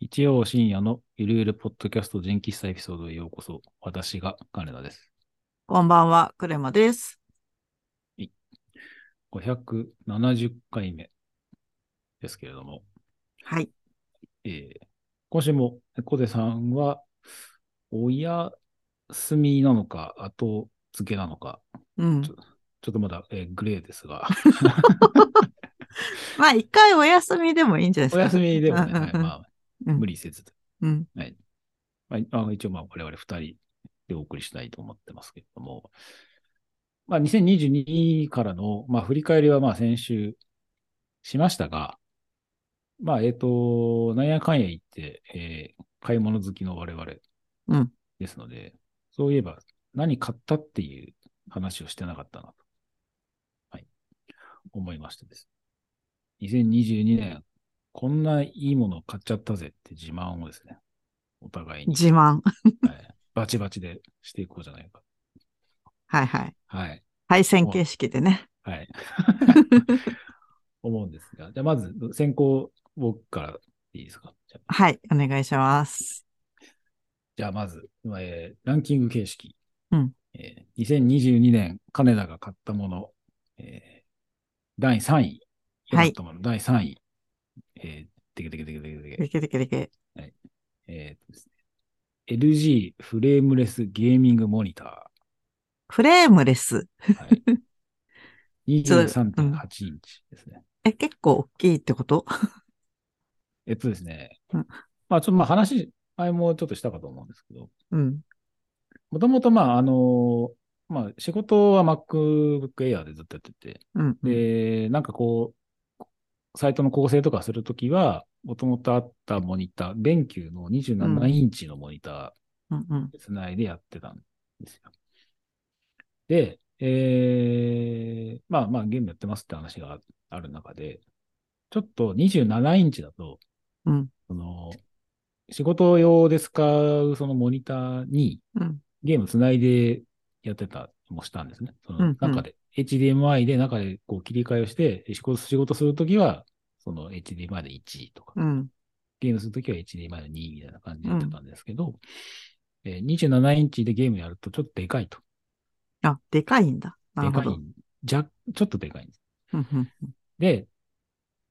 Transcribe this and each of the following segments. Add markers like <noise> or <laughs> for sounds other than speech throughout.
日曜深夜のゆるゆるポッドキャスト人気喫茶エピソードへようこそ。私が金田です。こんばんは、クレマです。 570回目ですけれども、はい。えー今週も小手さんはお休みなのか後付けなのか、うん。ちょっとまだ、えーグレーです <laughs> が、まあ、一回お休みでもいいんじゃないですおか。休みでもうね、んうんはいまあ、うん無理せず、うん。まあ、あ一応まあ我々二人でお送りしたいと思ってますけれども、まあ、2022からの、まあ、振り返りはまあ先週しましたが、まあ、えっ、と、なんやかんや行って、えー買い物好きの我々うんですので、そういえば何買ったっていう話をしてなかったなと、はい、思いましてです。2022年、こんないいもの買っちゃったぜって自慢をですね、お互いに。自慢。はいバチバチでしていこうじゃないか。はいはい。はい。対戦形式でね。はい。 <laughs> 思うんですが。じゃあ、まず、先行、僕からいいですか。じゃあ、はい。お願いします。じゃあまず、えーランキング形式。うんえー2022年、金田が買ったもの、えー第3位。はい良かったもの、第3位。えー、てけてけてけてけてけで。けでけでけ。えーっとですね。LG フレームレスゲーミングモニタフレームレス。ー。はい、 <laughs> そう23.8インチですね。え、結構大きいってことえっとですねうん。まあ、ちょっとまあ話、前もちょっとしたかと思うんですけど、うん。もともとまあ、あの、まあ、仕事は MacBook Air でずっとやってて、うん。で、なんかこう、サイトの構成とかするときは、もともとあったモニター、BenQ のう27んインチのモニタうんうん。ーでつないでやってたんですよ。で、えー、まあまあゲームやってますって話がある中で、ちょっと27インチだと、うん。その、仕事用で使うそのモニターにうん。ゲームつないでやってたりもしたんですね。そうんうのん中で、HDMI で中でこう切り替えをして、仕事仕事するときは、その HDMI で1とか、うん。ゲームするときは HDMI の2みたいな感じでやってたんですけど、えー27インチでゲームやるとちょっとでかいと。あ、でかいんだ。なでるかほいど。。じゃ、ちょっとでかいんです。うんうんうんで、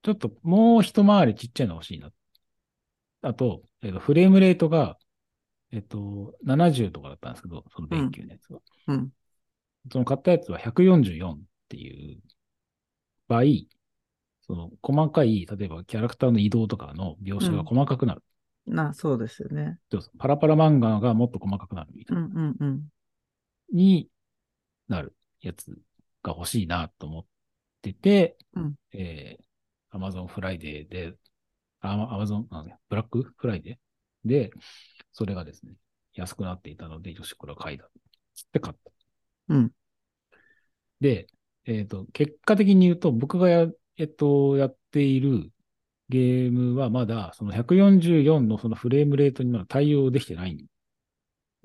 ちょっともう一回りちっちゃいの欲しいな。あと、えっとフレームレートが、えっと、70とかだったんですけど、その勉強のやつは。うん。その買ったやつは144っていう倍、その細かい、例えばキャラクターの移動とかの描写が細かくなる。な、そうですよね。そうそうパラパラ漫画がもっと細かくなるみたういんな、うんうん。になるやつが欲しいなと思ってて、うんえー、Amazon フライデーで、あ Amazon、あブラックフライデーで、それがですね、安くなっていたので、よし、これは買いだ。つって買った。うん。で、えっ、と、結果的に言うと、僕がや、えっと、やっているゲームはまだ、その144のそのフレームレートにまだ対応できてないん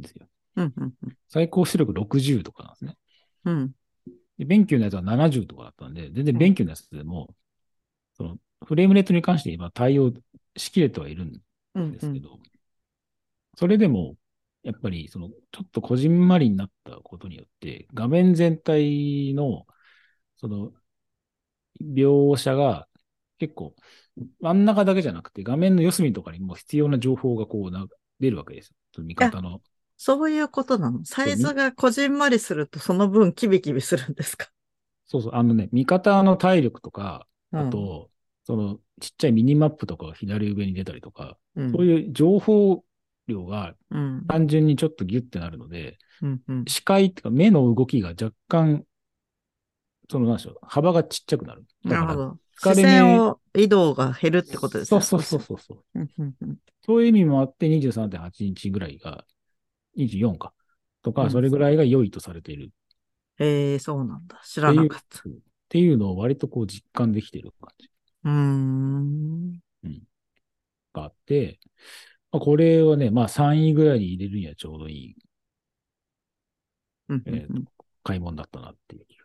ですよ。うんうん最高出力60とかなんですね。うん。うで、ん。BenQ のやつは70とかだったんで、全然うん BenQ のやつでも、そのフレームレートに関して今対応しきれてはいるんうんでうすけん。ど、それでも、やっぱりそのちょっとこじんまりになったことによって、画面全体のその描写が結構真ん中だけじゃなくて、画面の四隅とかにも必要な情報がこうな出るわけですよ。その味方の。そういうことなの。サイズがこじんまりすると、その分キビキビするんですかそうそう、あのね、味方の体力とか、うんあと、そのちっちゃいミニマップとかが左上に出たりとか、うんそういう情報量がうん単純にちょっとギュッてなるので、うんうん視界っていうか目の動きが若干、その何でしょう、幅がちっちゃくなる。だなかるらほど。疲れ視目線を移動が減るってことですそね。うそうそうそうそう。うんうんうん。そういう意味もあって23.8インチぐらいが、24か。とうか、んそれぐらいが良いとされている <laughs> ええそうなんだ。知らなかった。っていうのを割とこう実感できてる感じうーん。があって、まあこれはね、まあ3位ぐらいに入れるにはちょうどいいうんうんえーうん買い物だったなっていう気が。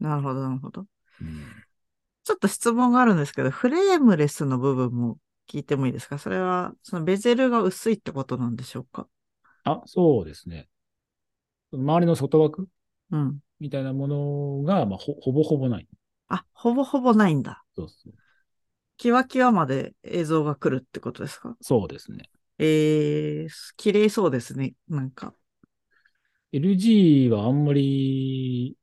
なるほど、なるほど。うんちょっと質問があるんですけど、フレームレスの部分も聞いてもいいですかそれは、そのベゼルが薄いってことなんでしょうかあ、そうですね。周りの外枠うん。みたいなものが、まあ、ほほぼほぼない。あ、ほぼほぼないんだ。そうそうキワキワまで映像が来るってことですかそうですね。えー、綺麗そうですね。なんか。 LG はあんまり、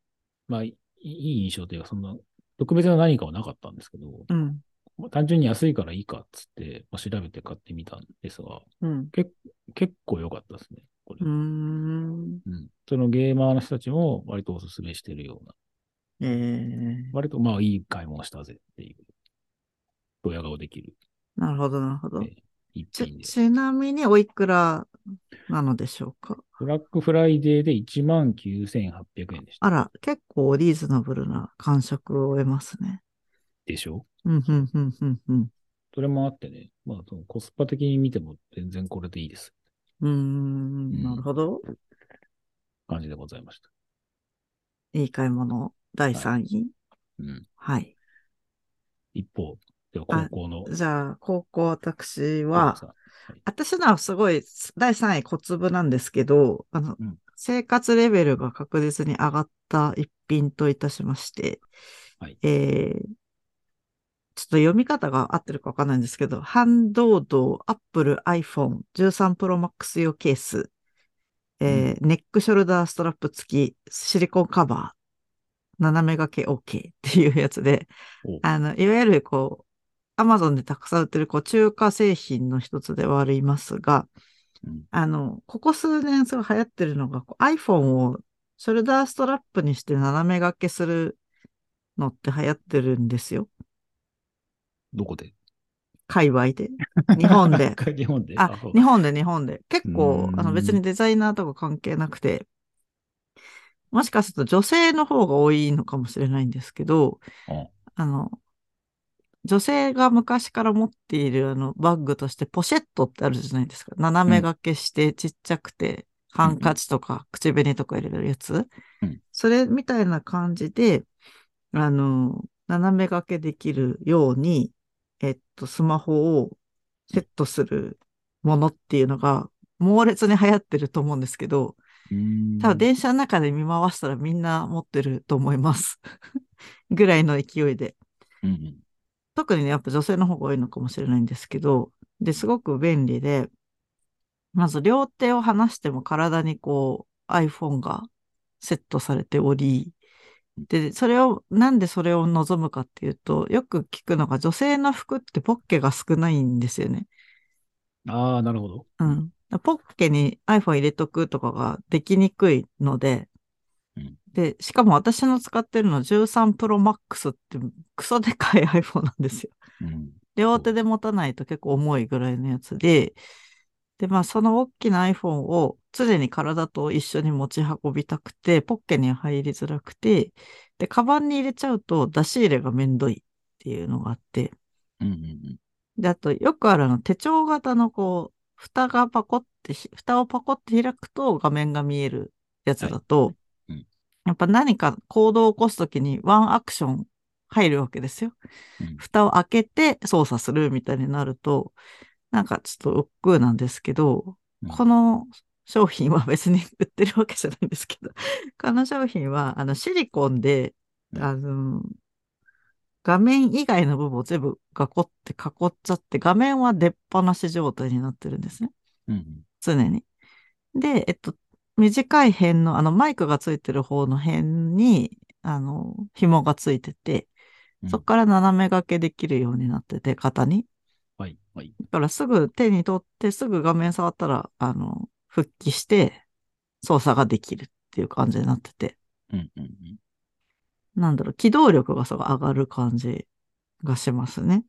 まあ、いいい印象というか、そんな、特別な何かはなかったんですけど、うん。まあ単純に安いからいいかっつって、まあ、調べて買ってみたんですが、うん。結構良かったですね。これうーん。うん、そのゲーマーの人たちも割とおすすめしてるような、えー、割とまあいい買い物したぜっていう、ドヤ顔できるなるほど、なるほどね。一品ち、です。ちなみにおいくらなのでしょうかブラックフライデーで19,800円でした。あら、結構リーズナブルな感触を得ますね。でしょうん、うん、うん、うん、うん。それもあってね、まあそのコスパ的に見ても全然これでいいです。うーん、なるほど。感じでございました。いい買い物、第3位。うん。はい。一方、では高校の。じゃあ、高校私は、さんはい私のはすごい、第3位小粒なんですけど、あの、うん生活レベルが確実に上がった一品といたしまして、はいえー、ちょっと読み方が合ってるかわかんないんですけど、ハンドード、アップル、iPhone、13 Pro Max 用ケース、えーネックショルダーストラップ付き、シリコンカバー、斜め掛け OK っていうやつでお、あの、いわゆるこう、アマゾンでたくさん売ってるこう中華製品の一つではありますが、うんあの、ここ数年すごい流行ってるのが、こう iPhone をショルダーストラップにして斜め掛けするのって流行ってるんですよ。どこで界隈 <laughs> で。日本で。。日本で。あそう、日本で日本で。結構う、ーんあの別にデザイナーとか関係なくて、もしかすると女性の方が多いのかもしれないんですけどうん、あの、女性が昔から持っているあのバッグとしてポシェットってあるじゃないですか。斜め掛けしてちっちゃくて、ハンカチとか口紅とか入れるやつ。うんそれみたいな感じで、あの、斜め掛けできるように、えっと、スマホをセットするものっていうのが猛烈に流行ってると思うんですけど、うーん多分電車の中で見回したらみんな持ってると思います。 <laughs> ぐらいの勢いで。うんうん特にね、やっぱ女性の方が多いのかもしれないんですけど、で、すごく便利で、まず両手を離しても体にこう iPhone がセットされており、で、それを、なんでそれを望むかっていうと、よく聞くのが女性の服ってポッケが少ないんですよね。ああ、なるほど。うん。ポッケに iPhone 入れとくとかができにくいのでうん、で、しかも私の使ってるの13 Pro Max ってクソでかい iPhone なんですよ。うん。両手で持たないと結構重いぐらいのやつで、で、まあその大きな iPhone を常に体と一緒に持ち運びたくて、ポッケに入りづらくて、で、カバンに入れちゃうと出し入れがめんどいっていうのがあって、うんうんで、あと、よくあるあの手帳型のこう、蓋がパコってひ、蓋をパコって開くと画面が見えるやつだいうと、んやっぱ何か行動を起こすときにワンアクション入るわけですよ。うん蓋を開けて操作するみたいになると、なんかちょっと億劫なんですけど、うんこの商品は別に <laughs> 売ってるわけじゃないんですけど、この商品はあのシリコンで、うんあの、画面以外の部分を全部ガコって囲っちゃって、画面は出っ放し状態になってるんですね。うん。うん常に。で、えっと、短い辺の、あの、マイクがついてる方の辺に、あの、紐がついてて、うんそこから斜め掛けできるようになってて、型に。はい、はい。だからすぐ手に取って、すぐ画面触ったら、あの、復帰して、操作ができるっていう感じになってて、うんうんうん。なんだろう、機動力がすごい上がる感じがしますね。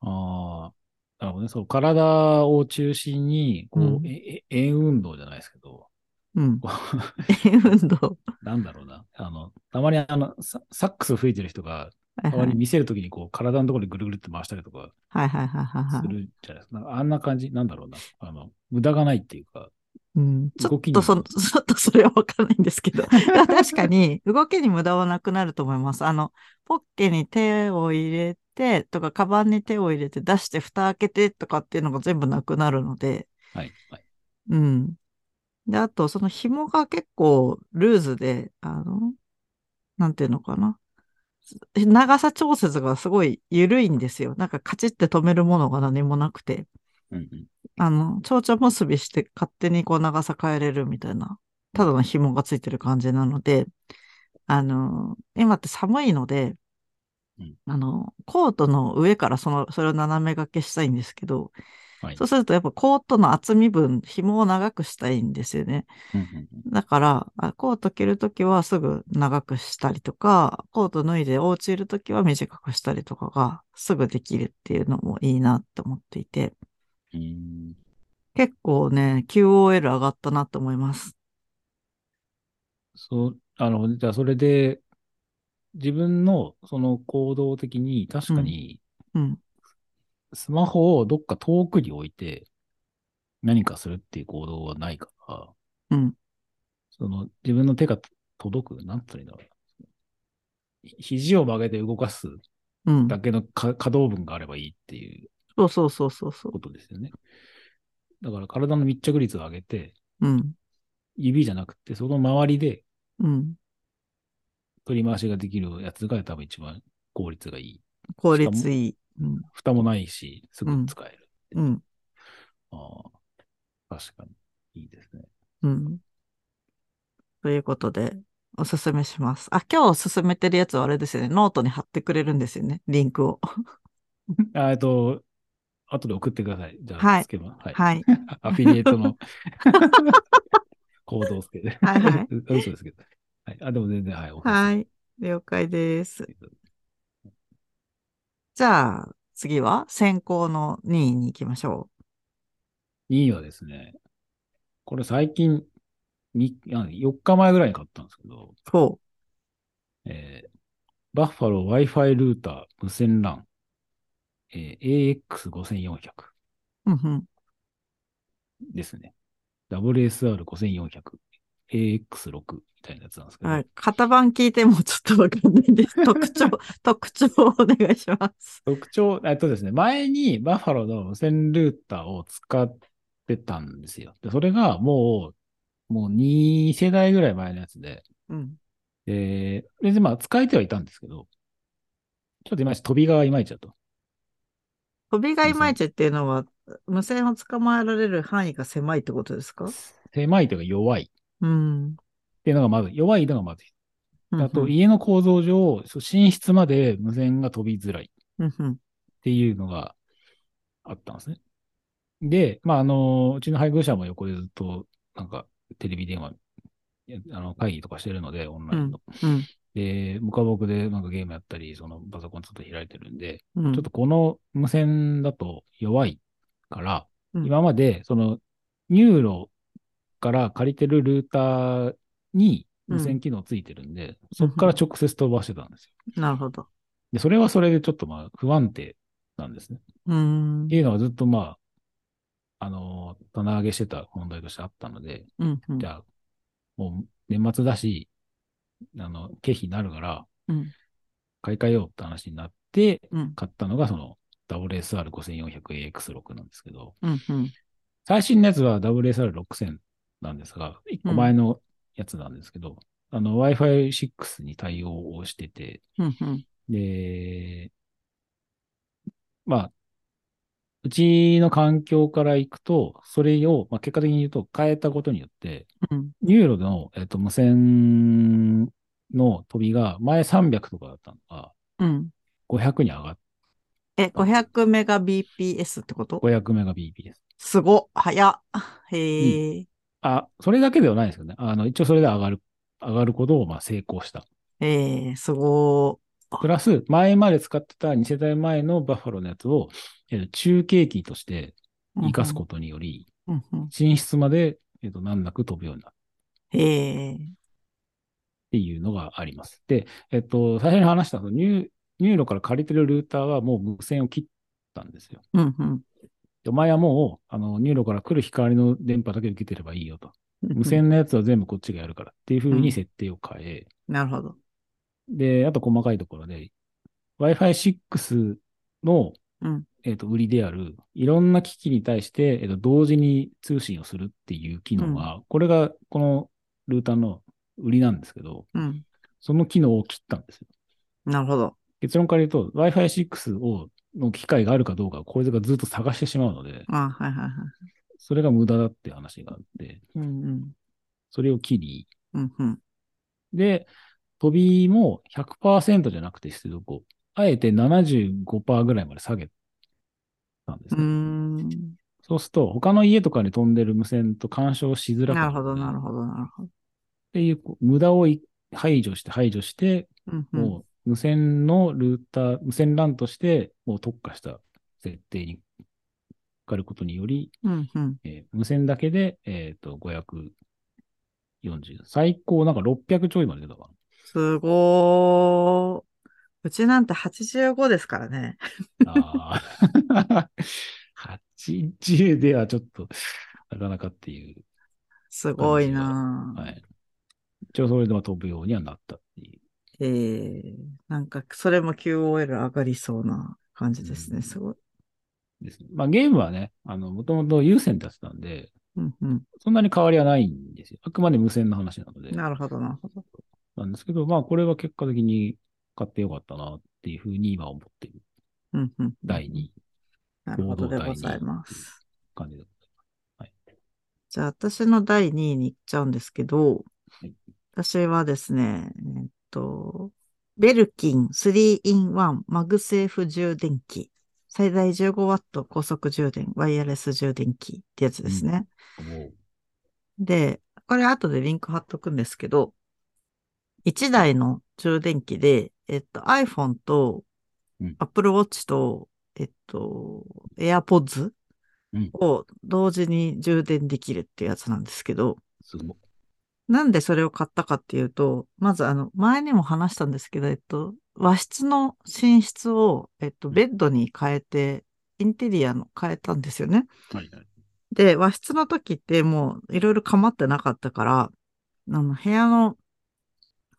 ああ、なるほどね。そう、体を中心に、こう、うんえ、え円運動じゃないですけど、 <laughs> うん。 <laughs> こ円運動。うなんだろうな。あの、たまにあの、ササックス吹いてる人が、はいたはまにい見せるときに、こう、体のところでぐるぐるって回したりとかはいはいはいはいはすい。るじゃないですか。なんかあんな感じ、なんだろうな。あの、無駄がないっていうか、うん、 <laughs> ちょ動っきにとその、ちょっとそれはわかんないんで <laughs> すけど。確かに、動きに無駄はなくなると思います。あの、ポッケに手を入れてとか、カバンに手を入れて出して蓋開けてとかっていうのが全部なくなるので、はい。はい。うん。で、あと、その紐が結構ルーズで、あの、なんていうのかな。長さ調節がすごい緩いんですよ。なんかカチッて止めるものが何もなくて。うんうん。あの、蝶々結びして勝手にこう長さ変えれるみたいな、ただの紐がついてる感じなので、あの、今って寒いのでうん、あの、コートの上からその、それを斜め掛けしたいんですけど、はい。そうするとやっぱコートの厚み分、紐を長くしたいんですよね。うんうんうんだから、あコート着るときはすぐ長くしたりとか、コート脱いでお家いるときは短くしたりとかがすぐできるっていうのもいいなって思っていて、うーん。結構ね、QOL 上がったなと思います。そう、あの、じゃあそれで、自分のその行動的に、確かに、うん。スマホをどっか遠くに置いて、何かするっていう行動はないから、うん。その自分の手が届く、なんつうんだろう。ひ肘を曲げて動かすうん。だけのか可動分があればいいっていうそうそうそうそうそことですよね。だから体の密着率を上げて、う。うん。指じゃなくて、その周りでうん。取り回しができるやつが多分一番効率がいい。効率いい。うん。蓋もないし、すぐ使える。うん。ああ、確かに。いいですね。うん。ということで、おすすめします。あ、今日勧めてるやつはあれですよね。ノートに貼ってくれるんですよね。リンクを。あえっと、後で送ってください。じゃはあ、いつけます。はい。はい。アフィリエイト <laughs> の行動をつけて。はいはい。 <laughs> 嘘ですけど。はい。あ、でも全然、はい。。はいい。了解です。じゃあ、次は先行の2位に行きましょ2位はですね、これ最近、4日前ぐらいに買ったんですけど、う。そえーバッファロー Wi-Fi ルーター無線 LAN、えー AX5400 う。うんうん。ですね。WSR5400、AX6 みたいなやつなんですけど、はい。型番聞いてもちょっとわかんないです。<laughs> 特徴、特徴をお願いします。特徴、えっとですね、前にバッファローの無線ルーターを使ってたんですよ。で、それがもう、もう2世代ぐらい前のやつで、うん。で、別にまあ使えてはいたんですけど、ちょっといまいち飛びがいまいちだと。飛びがいまいちっていうのは、無線を捕まえられる範囲が狭いってことですか狭いというか弱いっうん。ていうのがまず、弱いのがまず一つうんあと、家の構造上、そう寝室まで無線が飛びづらいっうんうん。ていうのがあったんですね。で、まあ、あの、うちの配偶者も横でずっと、なんか、テレビ電話、いやあの会議とかしてるので、オンラインの。うん。で、向かう僕でなんかゲームやったり、そのパソコンちょっと開いてるんで、うん。ちょっとこの無線だと弱いから、うん今まで、その、ニューロから借りてるルーターに無線機能ついてるんで、そこから直接飛ばしてたんですよ。なるほど。で、それはそれでちょっとまあ不安定なんですね。うーんっ。ていうのはずっとまあ、あのー棚上げしてた問題としてあったので、うんうんじゃあ、もう年末だし、あの、経費になるから、うん買い替えようって話になって、うん買ったのがその WSR5400AX6 なんですけど、うんうん最新のやつは WSR6000 なんですが、1個前のやつなんですけど、あの Wi-Fi6 に対応をしてて、うんうんで、まあ、うちの環境から行くと、それを、まあ、結果的に言うと変えたことによって、うんニューロの、えっと、無線の飛びが前300とかだったのが、うん500に上がっえ、500メガ BPS ってこと500メガ BPS。すごっ。早っ。へえ。あ、それだけではないですよね。あの、一応それで上がる、上がることを、まあ、成功した。ええ、すごプラス、前まで使ってた2世代前のバッファローのやつを、えー中継機としてー。活かすことにより、と。うんうん寝室まで、えっと難なく飛ぶようになるっへえ。ていうのがあります。で、えっと、最初に話したそのニュー、ニューロから借りてるルーターはもう無線を切ったんですよ。うんうんお前はもう、あの、ニューロから来る光の電波だけ受けてればいいよと。無うん線のやつは全部こっちがやるからっていう風うんに設定を変え、なるほど。で、あと細かいところで、Wi-Fi6 の、うんえっと売りである、いろんな機器に対して、えっと同時に通信をするっていう機能は、これがこのルーターの売りなんですけど、うん。その機能を切ったんですよ。なるほど。結論から言うと、Wi-Fi6 をの機械があるかどうかをこいつがずっと探してしまうので、あはいはいはい。それが無駄だって話があって、うんうん。それを機に、うんうん。で、飛びも100%じゃなくて出力を、あえて75%ぐらいまで下げたんでうすーね。ん。そうすると、他の家とかに飛んでる無線と干渉しづらくななるほど、なる。っるほど、なるほど。ていう、こう無駄をい排除して排除して、うんうん。もう無線のルーター、無線 LAN として、もう特化した設定にかかることにより、うんうん。えー無線だけで、えっ、と、540。最高なんか600ちょいまで出たかな。すごー。うちなんて85ですからね。ああ。80ではちょっと、なかなかっていう。すごいなーはい。一応それでは飛ぶようにはなったっていう。えー、なんか、それも QOL 上がりそうな感じですうね。んすごい。ですね。まあゲームはね、あの、もともと有線だったんで、うんうん。そんなに変わりはないんですよ。あくまで無線の話なので。なるほど、なるほど。なんですけど、まあこれは結果的に買ってよかったなっていうふうに今思っている。うんうん。第2なるほどでございます。感じでございます。じゃあ、私の第2位に行っちゃうんですけどはい、私はですね、えっと、ベルキン 3-in-1 マグセーフ充電器。最大 15W 高速充電、ワイヤレス充電器ってやつですね。もうで、これ後でリンク貼っとくんですけど、1台の充電器で、えっと、iPhone とうん Apple Watch と、えっと、AirPods うんを同時に充電できるってやつなんですけど、すごい。なんでそれを買ったかっていうと、まずあの、前にも話したんですけど、えっと、和室の寝室を、えっと、ベッドに変えて、インテリアの変えたんですよね。はいはい。で、和室の時ってもういろいろ構ってなかったから、あの部屋の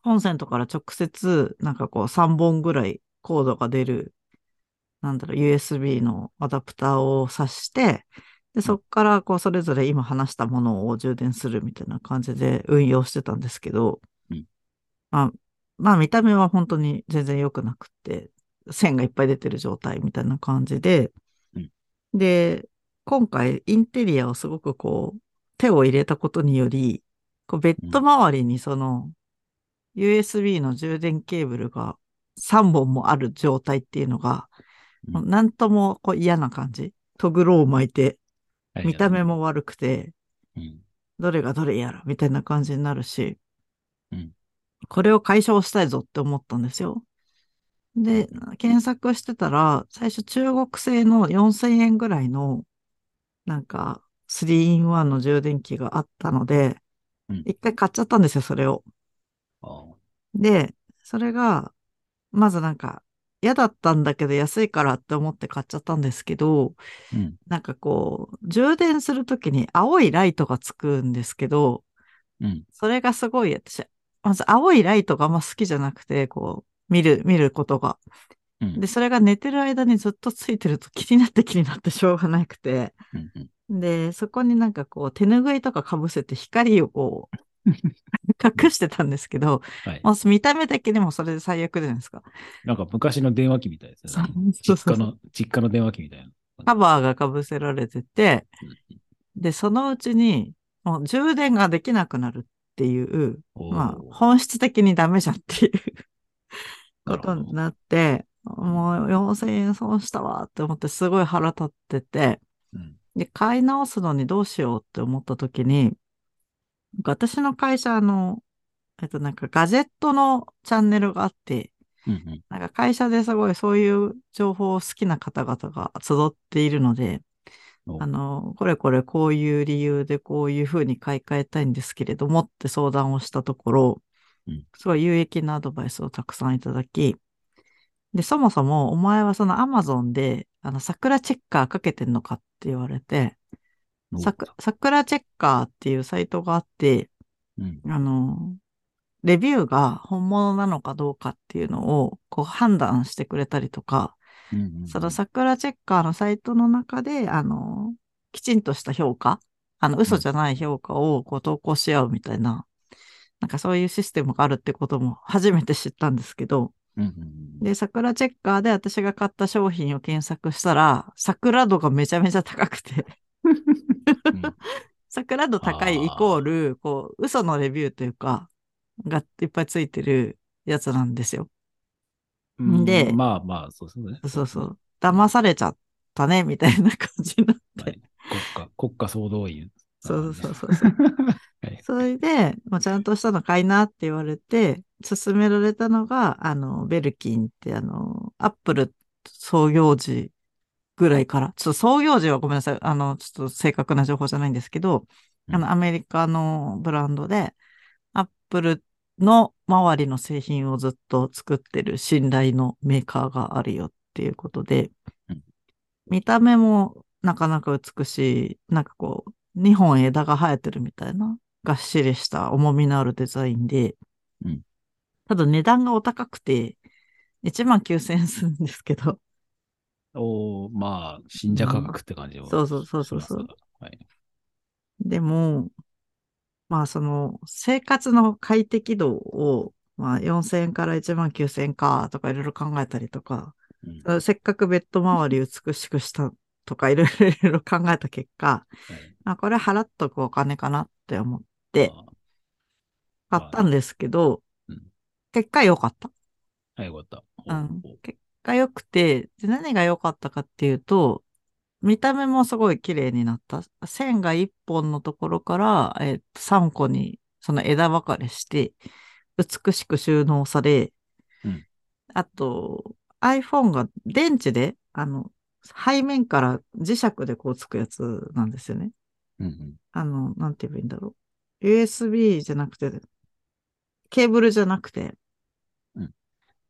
コンセントから直接なんかこう3本ぐらいコードが出る、なんだろう、USB のアダプターを挿して、で、そっからこうそれぞれ今話したものを充電するみたいな感じで運用してたんですけど、うんまあ、まあ見た目は本当に全然良くなくって、線がいっぱい出てる状態みたいな感じでうん、で、今回インテリアをすごくこう手を入れたことにより、こうベッド周りにその USB の充電ケーブルが3本もある状態っていうのが、うんもうなんともこう嫌な感じ。トグロを巻いて、はい見た目。も悪くて、うん。どれがどれやらみたいな感じになるし、うんこれを解消したいぞって思ったんですよ。で、検索してたら、最初中国製の4000円ぐらいの、なんか、3-in-1 の充電器があったのでうん、一回買っちゃったんですよ、それを。ああ。で、それが、まずなんか、嫌だったんだけど安いからって思って買っちゃったんですけど、うん。なんかこう、充電するときに青いライトがつくんですけど、うん。それがすごい、私、まず青いライトがあんま好きじゃなくて、こう、見る、見ることが。うん。で、それが寝てる間にずっとついてると気になって気になってしょうがなくて。うんうんで、そこになんかこう、手拭いとか被せて光をこう、 <laughs> 隠してたんですけど、はい。もう見た目的にもそれで最悪じゃないですか。なんか昔の電話機みたいですそようね。そう実そう家の、実家の電話機みたいな。カバーが被せられてて、で、そのうちに、もう充電ができなくなるっていう、おーまあ、本質的にダメじゃんっていうなこるとほどになって、もう4000円損したわって思ってすごい腹立ってて、うんで、買い直すのにどうしようって思った時に、なんか私の会社あの、えっとなんかガジェットのチャンネルがあって、うんうんなんか会社ですごいそういう情報を好きな方々が集っているので、おあの、これこれこういう理由でこういうふうに買い替えたいんですけれどもって相談をしたところうん、すごい有益なアドバイスをたくさんいただき、で、そもそもお前はその Amazon であの桜チェッカーかけてんのかっって言われて、おさく、桜チェッカーっていうサイトがあって、うん。あの、レビューが本物なのかどうかっていうのをこう判断してくれたりとか、うんうんうんその桜チェッカーのサイトの中で、あの、きちんとした評価、あの、嘘じゃない評価をこう投稿し合うみたいな、なんかそういうシステムがあるってことも <laughs> 初めて知ったんですけど、うんうんうんで、桜チェッカーで私が買った商品を検索したら、桜度がめちゃめちゃ高くて、 <laughs> うん桜度高いイコール、こう、嘘のレビューというか、がいっぱいついてるやつなんですよ。 <laughs> うんでまあまあ、そうですね。そうそう。騙されちゃったね、みたいな感じになって。はい国家、国家総動員。そうそうう。そうそう。 <laughs> はいそれで、まあ、ちゃんとしたの買いなって言われて、勧められたのが、あの、ベルキンって、あの、アップル創業時ぐらいから、ちょっと創業時はごめんなさい、あの、ちょっと正確な情報じゃないんですけど、うんあの、アメリカのブランドで、アップルの周りの製品をずっと作ってる信頼のメーカーがあるよっていうことでうん、見た目もなかなか美しい、なんかこう、2本枝が生えてるみたいな、がっしりした重みのあるデザインで、うんただ値段がお高くて、1万9000円するんですけど、おーまあ、信者価格って感じは、うんそうそうそうそうそうしますがはい。でも、まあその生活の快適度を、まあ4000円から1万9000円かとかいろいろ考えたりとか、うんあせっかくベッド周り美しくしたとかいろいろいろいろ考えた結果、まあこれ払っとくお金かなって思ってま買ったんですけどうん、結果良かった。あはい、よかった。うんおお結果良くて、で何が良かったかっていうと、見た目もすごい綺麗になった。線が1本のところから、えっと3個にその枝分かれして、美しく収納され、うんあと iPhone が電池で、あの、背面から磁石でこうつくやつなんですよね。うんうんあの、なんて言えばいいんだろう。USB じゃなくて、ケーブルじゃなくて、うん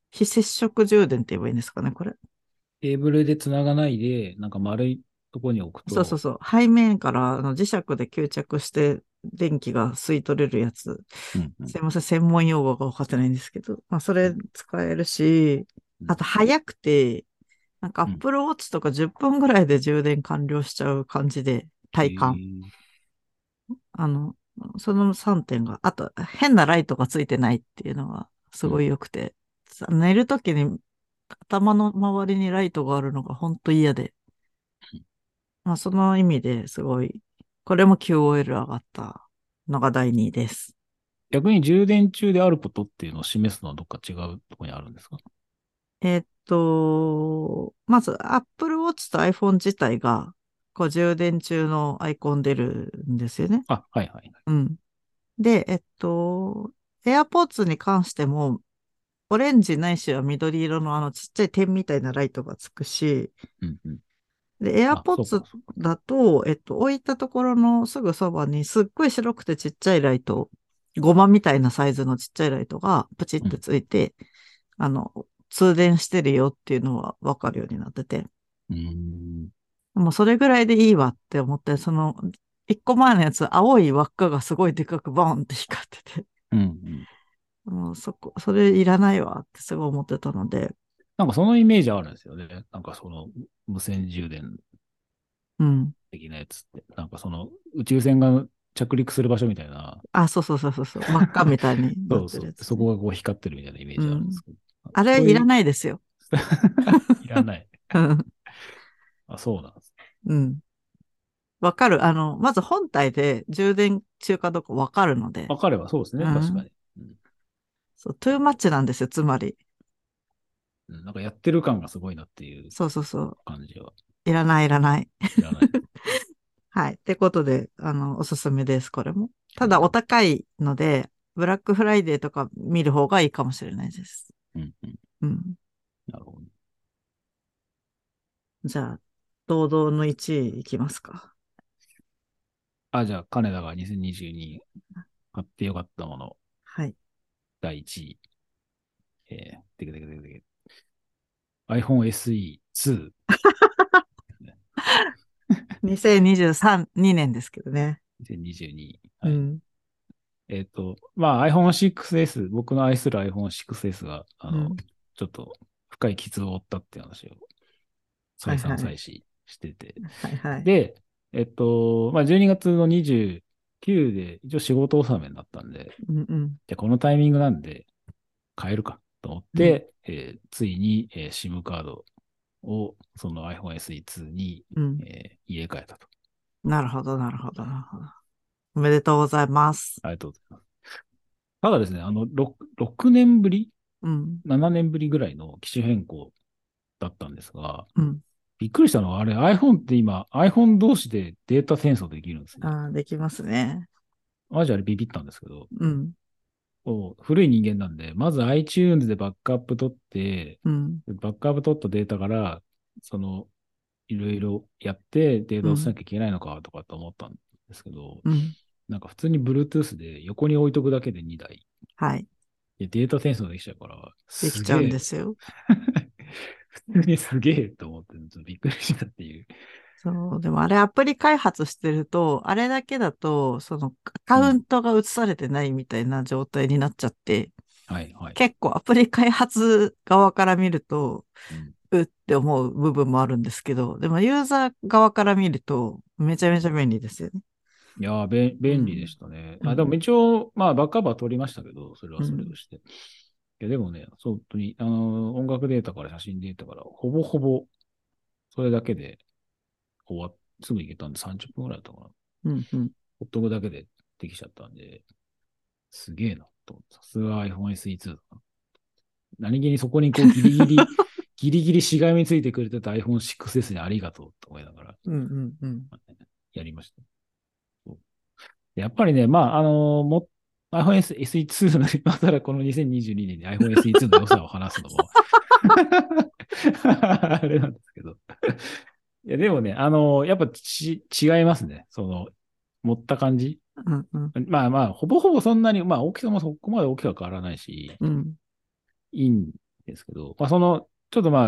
非接触充電って言えばいいんですかね、これ。ケーブルで繋がないで、なんか丸いとこに置くと、そうそうそう。背面からあの磁石で吸着して電気が吸い取れるやつ。うんうんすいません、専門用語が分かってないんですけど。まあ、それ使えるしう、んあと早くて、なんかうん Apple Watch とか10分ぐらいで充電完了しちゃう感じで、体感。あの、その3点が、あと、変なライトがついてないっていうのがすごい良くて、さ寝るときに頭の周りにライトがあるのが本当嫌でうん、まあその意味ですごい、これも QOL 上がったのが第2位です。逆に充電中であることっていうのを示すのはどっか違うとこにあるんですかえーっと、まず Apple Watch と iPhone 自体が、こう充電中のアイコン出るんですよね。あ、はいはい。うん。で、えっと、AirPods に関しても、オレンジないしは緑色のあのちっちゃい点みたいなライトがつくし、うんうん。で、あそう AirPods かそうかだと、えっと、置いたところのすぐそばにすっごい白くてちっちゃいライト、ゴマみたいなサイズのちっちゃいライトがプチってついて、あの、通電してるよっていうのはわかるようになってて、うーん。もうそれぐらいでいいわって思って、その、一個前のやつ、青い輪っかがすごいでかくボーンって光ってて、うんうん。もうそこ、それいらないわってすごい思ってたので、なんかそのイメージあるんですよね。なんかその無線充電うん。的なやつって。なんかその宇宙船が着陸する場所みたいな、あ、そうそうそうそ <laughs> うそう、真っ赤みたいにそなうってそるやうつ。そこがこう光ってるみたいなイメージあるんですけど。あれいらい。ないですよ。いらない。うんあ、そうなんです。 <laughs> うん。わかる。あの、まず本体で充電中かどうかわかるのでわ、かればそうですね。うん確かに。そう、トゥーマッチなんですよ、つまり。うんなんかやってる感がすごいなっていうそうそうそう。感じは。いらない、いらない。いらない。はい。ってことで、あの、おすすめです、これも。 <laughs> ただ、お高いので、ブラックフライデーとか見る方がいいかもしれないです。うんうん。うん。なるほど。じゃあ、堂々の1位いきますか。あ、じゃあ、金田が2022買ってよかったもの、はい。第1位。えー、てけてけてけてけ。iPhone SE2。 2023、2年ですけどね。 2022。うはいん。えっ、と、まあ iPhone6S、僕の愛する iPhone6S が、あの、うんちょっと深い傷を負ったっていう話を、再は三いは再四してて。はいはい。で、えっ、と、まあ12月の29で一応仕事納めになったんで、うんうん。じゃあこのタイミングなんで、変えるかと思って、えーついに、えー SIM カードをその iPhone SE2 に、うん。えー入れ替えたと。なるほど、なるほど、なるほど。おめでとうございます。ありがとうございます。ただですね、あの、6, 6年ぶりうん。 7年ぶりぐらいの機種変更だったんですが、うん。びっくりしたのは、あれ iPhone って今、iPhone 同士でデータ転送できるんですね。ああ、できますね。マジあれビビったんですけど、うん。もう古い人間なんで、まず iTunes でバックアップ取って、うん。バックアップ取ったデータから、その、いろいろやってデータをしなきゃいけないのかとかと思ったんですけど、うん。なんか普通に Bluetooth で横に置いとくだけで2台、はい。でデータ転送できちゃうから、できちゃうんですすよ。げえ。普通に <laughs> すげえと思って、ちょっとびっくりしたっていう。そう。でもあれアプリ開発してると、あれだけだと、そのアカウントが移されてないみたいな状態になっちゃって、はいはい。結構アプリ開発側から見ると、うって思う部分もあるんですけど、でもユーザー側から見ると、めちゃめちゃ便利ですよね。いやー、べん便利でしたね。うんあでも一応、まあ、バックアップは取りましたけど、それはそれとして。いや、でもね、そう、本当に、あのー音楽データから写真データから、ほぼほぼ、それだけで、終わっ、すぐ行けたんで30分ぐらいだったかな。うんうん。ほっとくだけでできちゃったんで、すげえな、と思って。さすが iPhone SE2 だな。何気にそこにこうギリギリ、<laughs> ギリギリしがみついてくれてた iPhone6S にありがとうと思いながら、うんうんうん。やりました。そうでやっぱりね、まあ、あのも iPhone S- SE2 の、今更この2022年に iPhone SE2 の良さを話すのも、 <laughs> あれなんですけど。いや、でもね、あのやっぱち違いますね。その、持った感じ。うんうん。まあまあ、ほぼほぼそんなに、まあ大きさもそこまで大きくは変わらないし、うん。いいんですけど、まあその、ちょっとま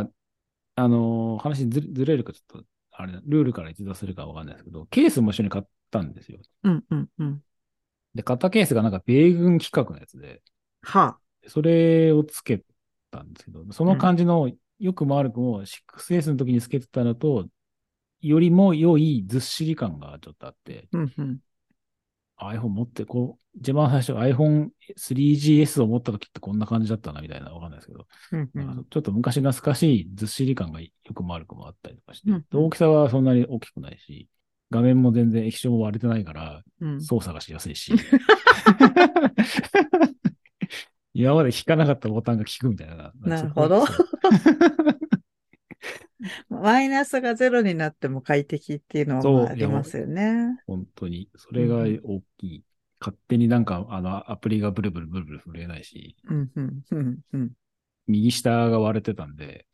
あ、あのー話ずれずれるかちょっと、あれ、ルールから逸脱するかわかんないですけど、ケースも一緒に買ったんですよ。うんうんうん。で、買ったケースがなんか米軍規格のやつで、はあ。それをつけたんですけど、その感じの、よくも悪くも 6S の時につけてたのと、よりも良いずっしり感がちょっとあって、うんうん。 iPhone 持って、こう、一番最初 iPhone3GS を持った時ってこんな感じだったな、みたいな、わかんないですけど、うんうなんかん。ちょっと昔懐かしいずっしり感がよくも悪くもあったりとかして、うんで大きさはそんなに大きくないし、画面も全然液晶も割れてないから、うん操作がしやすいし、 <laughs> 今まで引かなかったボタンが効くみたいな。なるほどそこマイナスがゼロになっても快適っていうのそうはまあありますよね。本当に。それが大きい。勝手になんか、あの、アプリがブルブルブルブル震えないし、うんうんうんうん。右下が割れてたんで、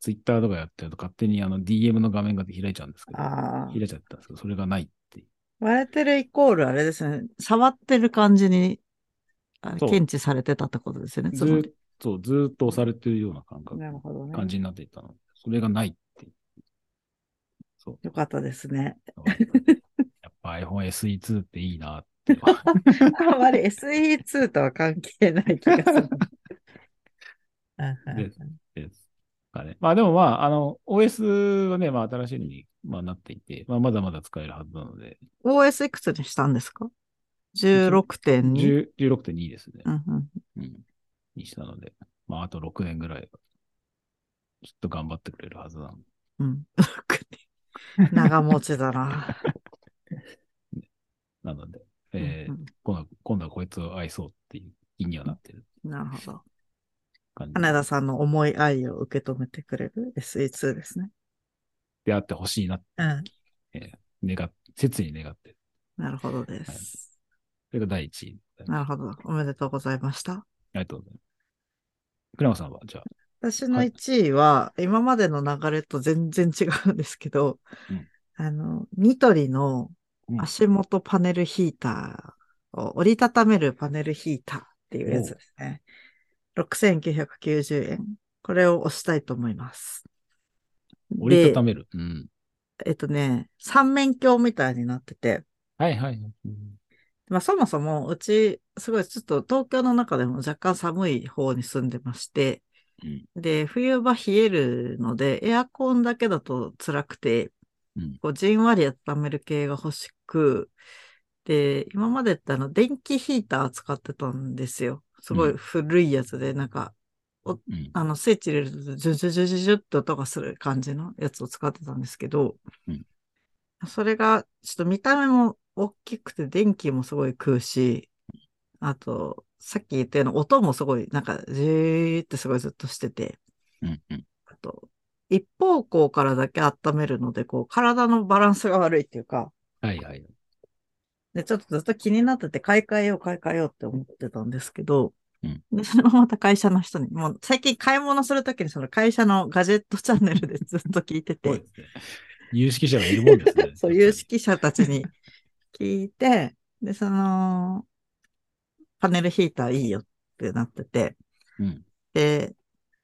ツイッターとかやってると勝手にあの DM の画面が開いちゃうんですけど、ああ。開いちゃったんですけど、それがないっていう。割れてるイコールあれですね。触ってる感じにあそう検知されてたってことですよね。つずまーりっと、ずーっと押されてるような感覚、なるほど感ね。じになっていたので、それがないっていう。そう。よかったですね。 <laughs> やっぱ iPhone SE2 っていいなって。あんまり SE2 とは関係ない気がす <laughs> る。でですかね。ま <laughs> あでもまあ、あの、OS はね、まあ新しいのに、まあ、なっていて、まあまだまだ使えるはずなので、 OS いくつにしたんですか ?16.2。 10 16.2ですねう。んうんうん。にしたので、まああと6年ぐらいは、きっと頑張ってくれるはずなので。うん。長持ちだ <laughs> な。 <laughs> なので、えーうん今度は、今度はこいつを愛そうっていう気にはなってるうんなるほど。感じ花田さんの思い愛を受け止めてくれる SE2 ですね。であってほしいな、うん。願っ、切に願ってる。なるほどです。それが第一位。あなるほど。おめでとうございました。りがとうございます。倉山さんは、じゃあ、私はのい1位は、今までの流れと全然違うんですけど、うんあの、ニトリのうん足元パネルヒーターを折りたためるパネルヒーターっていうやつですね。6990円。これを押したいと思います。折りたでた、める。うん。えっとね、三面鏡みたいになってて、はいはい。うんまあそもそもうち、すごいちょっと東京の中でも若干寒い方に住んでまして、うんで、冬場冷えるので、エアコンだけだと辛くて、うんこうじんわり温める系が欲しく、で、今までってあの電気ヒーター使ってたんですよ。すごうい古いやつで、なんか、うんあの、スイッチ入れると、ジュジュジュジュジュって音がする感じのやつを使ってたんですけど、うんそれが、ちょっと見た目も大きくて、電気もすごい食うし、あと、さっき言ったような音もすごい、なんか、ジーってすごいずっとしてて、うんうんあと、一方向からだけ温めるので、こう、体のバランスが悪いっていうか、はいはい。で、ちょっとずっと気になってて、買い替えよう、買い替えようって思ってたんですけど、うんで、それも <laughs> また会社の人に、もう最近買い物するときにその会社のガジェットチャンネルでずっと聞いてて、すね。有識者がいるもんですね <laughs> 。そう、有識者たちに聞いて、で、その、パネルヒーターいいよってなってて、うん。で、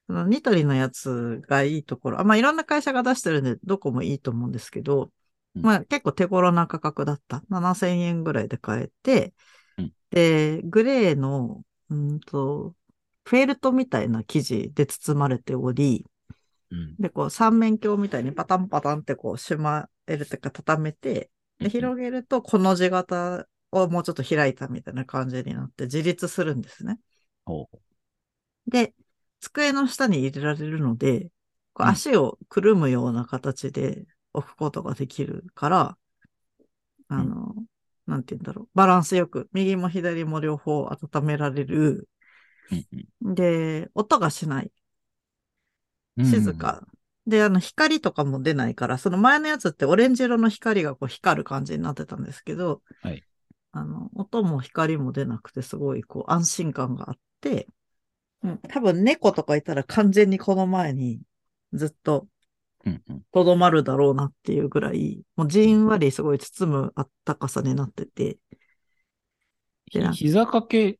そのニトリのやつがいいところ、あまあいろんな会社が出してるんで、どこもいいと思うんですけど、うんまあ結構手頃な価格だった。7000円ぐらいで買えてうん、で、グレーの、うんと、フェルトみたいな生地で包まれており、うん。で、こう三面鏡みたいにパタンパタンってこうしまえるというか畳めて、で、広げると、この字型をもうちょっと開いたみたいな感じになって自立するんですね。ほうで、机の下に入れられるので、こううん足をくるむような形で置くことができるから、あの、なんて言うんだろう。バランスよく、右も左も両方温められる。うんうんで、音がしない。うん静。か。で、あの、光とかも出ないから、その前のやつってオレンジ色の光がこう光る感じになってたんですけど、はいあの、音も光も出なくて、すごいこう安心感があって、うん、多分猫とかいたら完全にこの前にずっとうんうん。とどまるだろうなっていうぐらい、もうじんわりすごい包むあったかさになってて、ひでなんか膝掛け、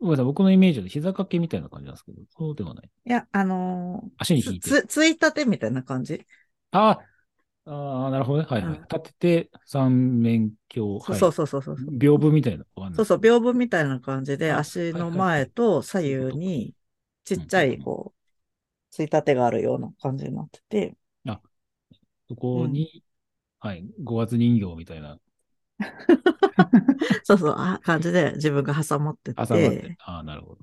ごめんなさい、僕のイメージだと膝掛けみたいな感じなんですけど、そうではない。いや、あの足にー引いて。つ、つついたてみたいな感じ。あーあー、なるほどね。はいはい。うん立てて、三面鏡。はい、そうそうそうそう。屏風みたいな。わかんないそうそう、屏風みたいな感じで、あはい足のはいはい前と左右に、ちっちゃうんうい、んうんこう、ついたてがあるような感じになってて、そこに、はい、五月人形みたいな。そうそう、あ感じで自分が挟まって朝まで。て、ああ、なるほど。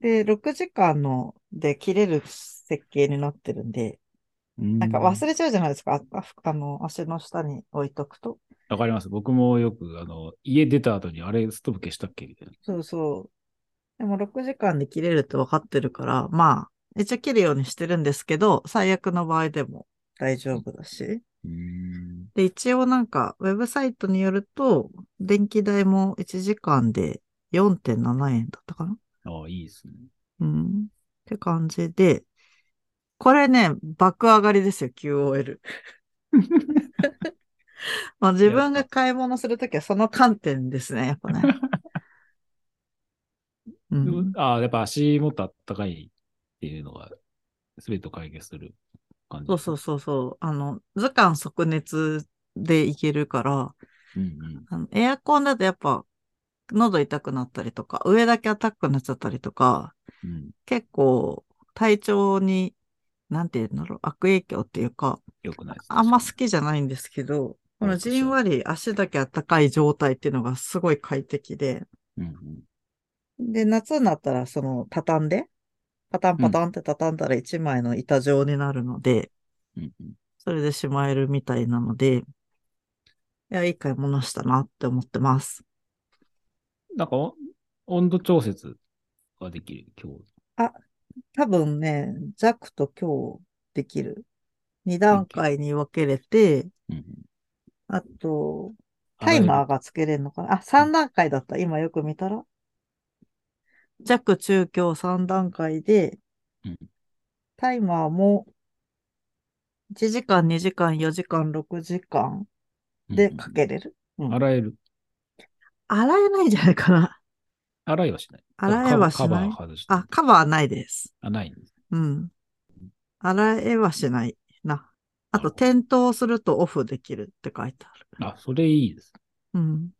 で、6時間ので切れる設計になってるんで、ななんか忘れちゃうじゃないですか、ああの、足の下に置いとくと。わかります。僕もよく、あの、家出た後に、あれ、ストーブ消したっけみたいな。そうそう。でも6時間で切れるって分かってるから、まあ、一応切るようにしてるんですけど、最悪の場合でも大丈夫だし。うーん。で、一応なんか、ウェブサイトによると、電気代も1時間で4.7円だったかなああ、いいですね。うん。って感じで、これね、爆上がりですよ、QOL。まあ自分が買い物するときはその観点ですね、やっぱね。 <laughs> でうもん、 <laughs> ああ、やっぱ足元あったかいっていうのが、すべてを解決する感じ。そうそうそうそう。あの、図鑑即熱でいけるから、う。うんうん。あのエアコンだとやっぱ、喉痛くなったりとか、上だけ痛くなっちゃったりとか、うん。結構体調に、なんていうんだろう、悪影響っていうか、よくないです、あんま好きじゃないんですけど、このじんわり足だけ暖かい状態っていうのがすごい快適で、うんうん。で、夏になったらその畳んで、パタンパタンって畳んだら一枚の板状になるので、うんうん。それでしまえるみたいなので、いや、いい買い物したなって思ってます。なんか、お温度調節ができる、今日。多分ね、弱と強できる。2段階に分けれて、うんうん、あと、タイマーー。がつけれるのかなあ、3段階だった。今よく見たら。弱、中、強3段階でうん、タイマーも1時間、2時間、4時間、6時間でかけれうんうる。ん洗える。洗えないんじゃないかな。洗いはしない。洗えはカバーしないカバー外して。あ、カバーないです。あ、ないんです。うん。洗えはしないな。あと、点灯するとオフできるって書いてある。あ、それいいです。うん。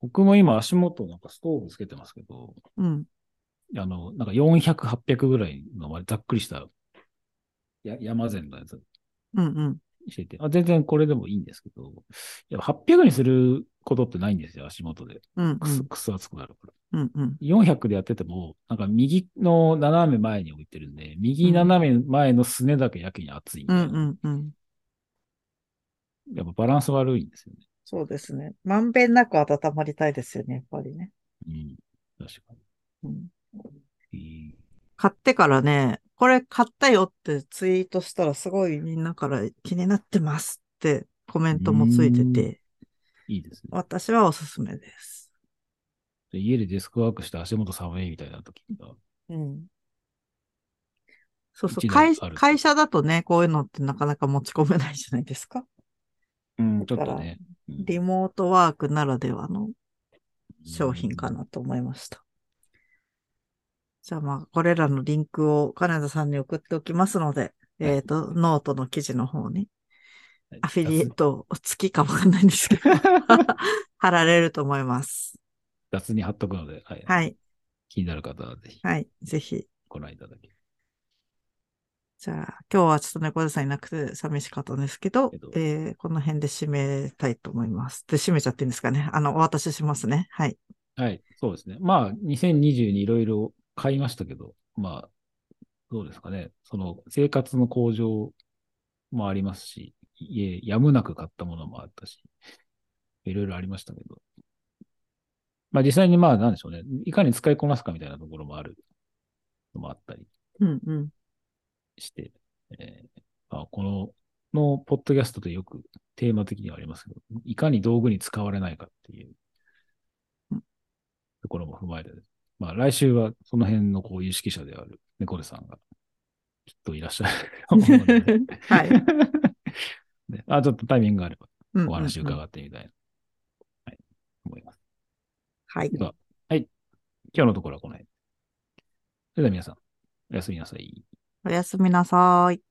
僕も今足元なんかストーブつけてますけど、うん。あの、なんか400、800ぐらいの割ざっくりしたや山膳のやつうんうん。しててあ、全然これでもいいんですけど、いや800にすることってないんですよ、足元で。うんくす、くす熱くなるから。うん。うん400でやってても、なんか右の斜め前に置いてるんで、右斜め前のすねだけやけに熱いみうたいんな。うんうん。やっぱバランス悪いんですよね。そうですね。まんべんなく温まりたいですよね、やっぱりね。うん。確かうんに。買ってからね、これ買ったよってツイートしたらすごいみんなから気になってますってコメントもついてて、いいですね。私はおすすめです。で家でデスクワークして足元寒いみたいな時が。うん。そう一そう。理会ある会社だとね、こういうのってなかなか持ち込めないじゃないですか。うん、ちょだっからとね。うんリモートワークならではの商品か。なと思いました。じゃあまあ、これらのリンクを金田さんに送っておきますので、えっ、と、ノートの記事の方にはいアフィリエイトを付きかわかんないんです <laughs> けど、貼られると思います。雑に貼っとくので、はい。はい、気になる方はぜひはい、ぜひ。ご覧いただき。じゃあ、今日はちょっと猫背さんいなくて寂しかったんですけどけど、えーこの辺で締めたいと思います。で、締めちゃっていいんですかね。あの、お渡ししますね。はい。はい、そうですね。まあ、2020にいろいろ買いましたけど、まあ、どうですかね。その生活の向上もありますし、家、やむなく買ったものもあったし、いろいろありましたけど。まあ実際にまあなんでしょうね。いかに使いこなすかみたいなところもあるのもあったりうんうん。して、えーまあ、この、の、ポッドキャストでよくテーマ的にはありますけど、いかに道具に使われないかっていううんところも踏まえてです、まあ来週はその辺のこう有識者である猫背さんがきっといらっしゃると思うの <laughs> で、はい。 <laughs> ねあちょっとタイミングがあればうんうんうんお話伺ってみたいな、はい、思います。はい。では、はい。今日のところはこの辺。それでは皆さん、おやすみなさい。おやすみなさい。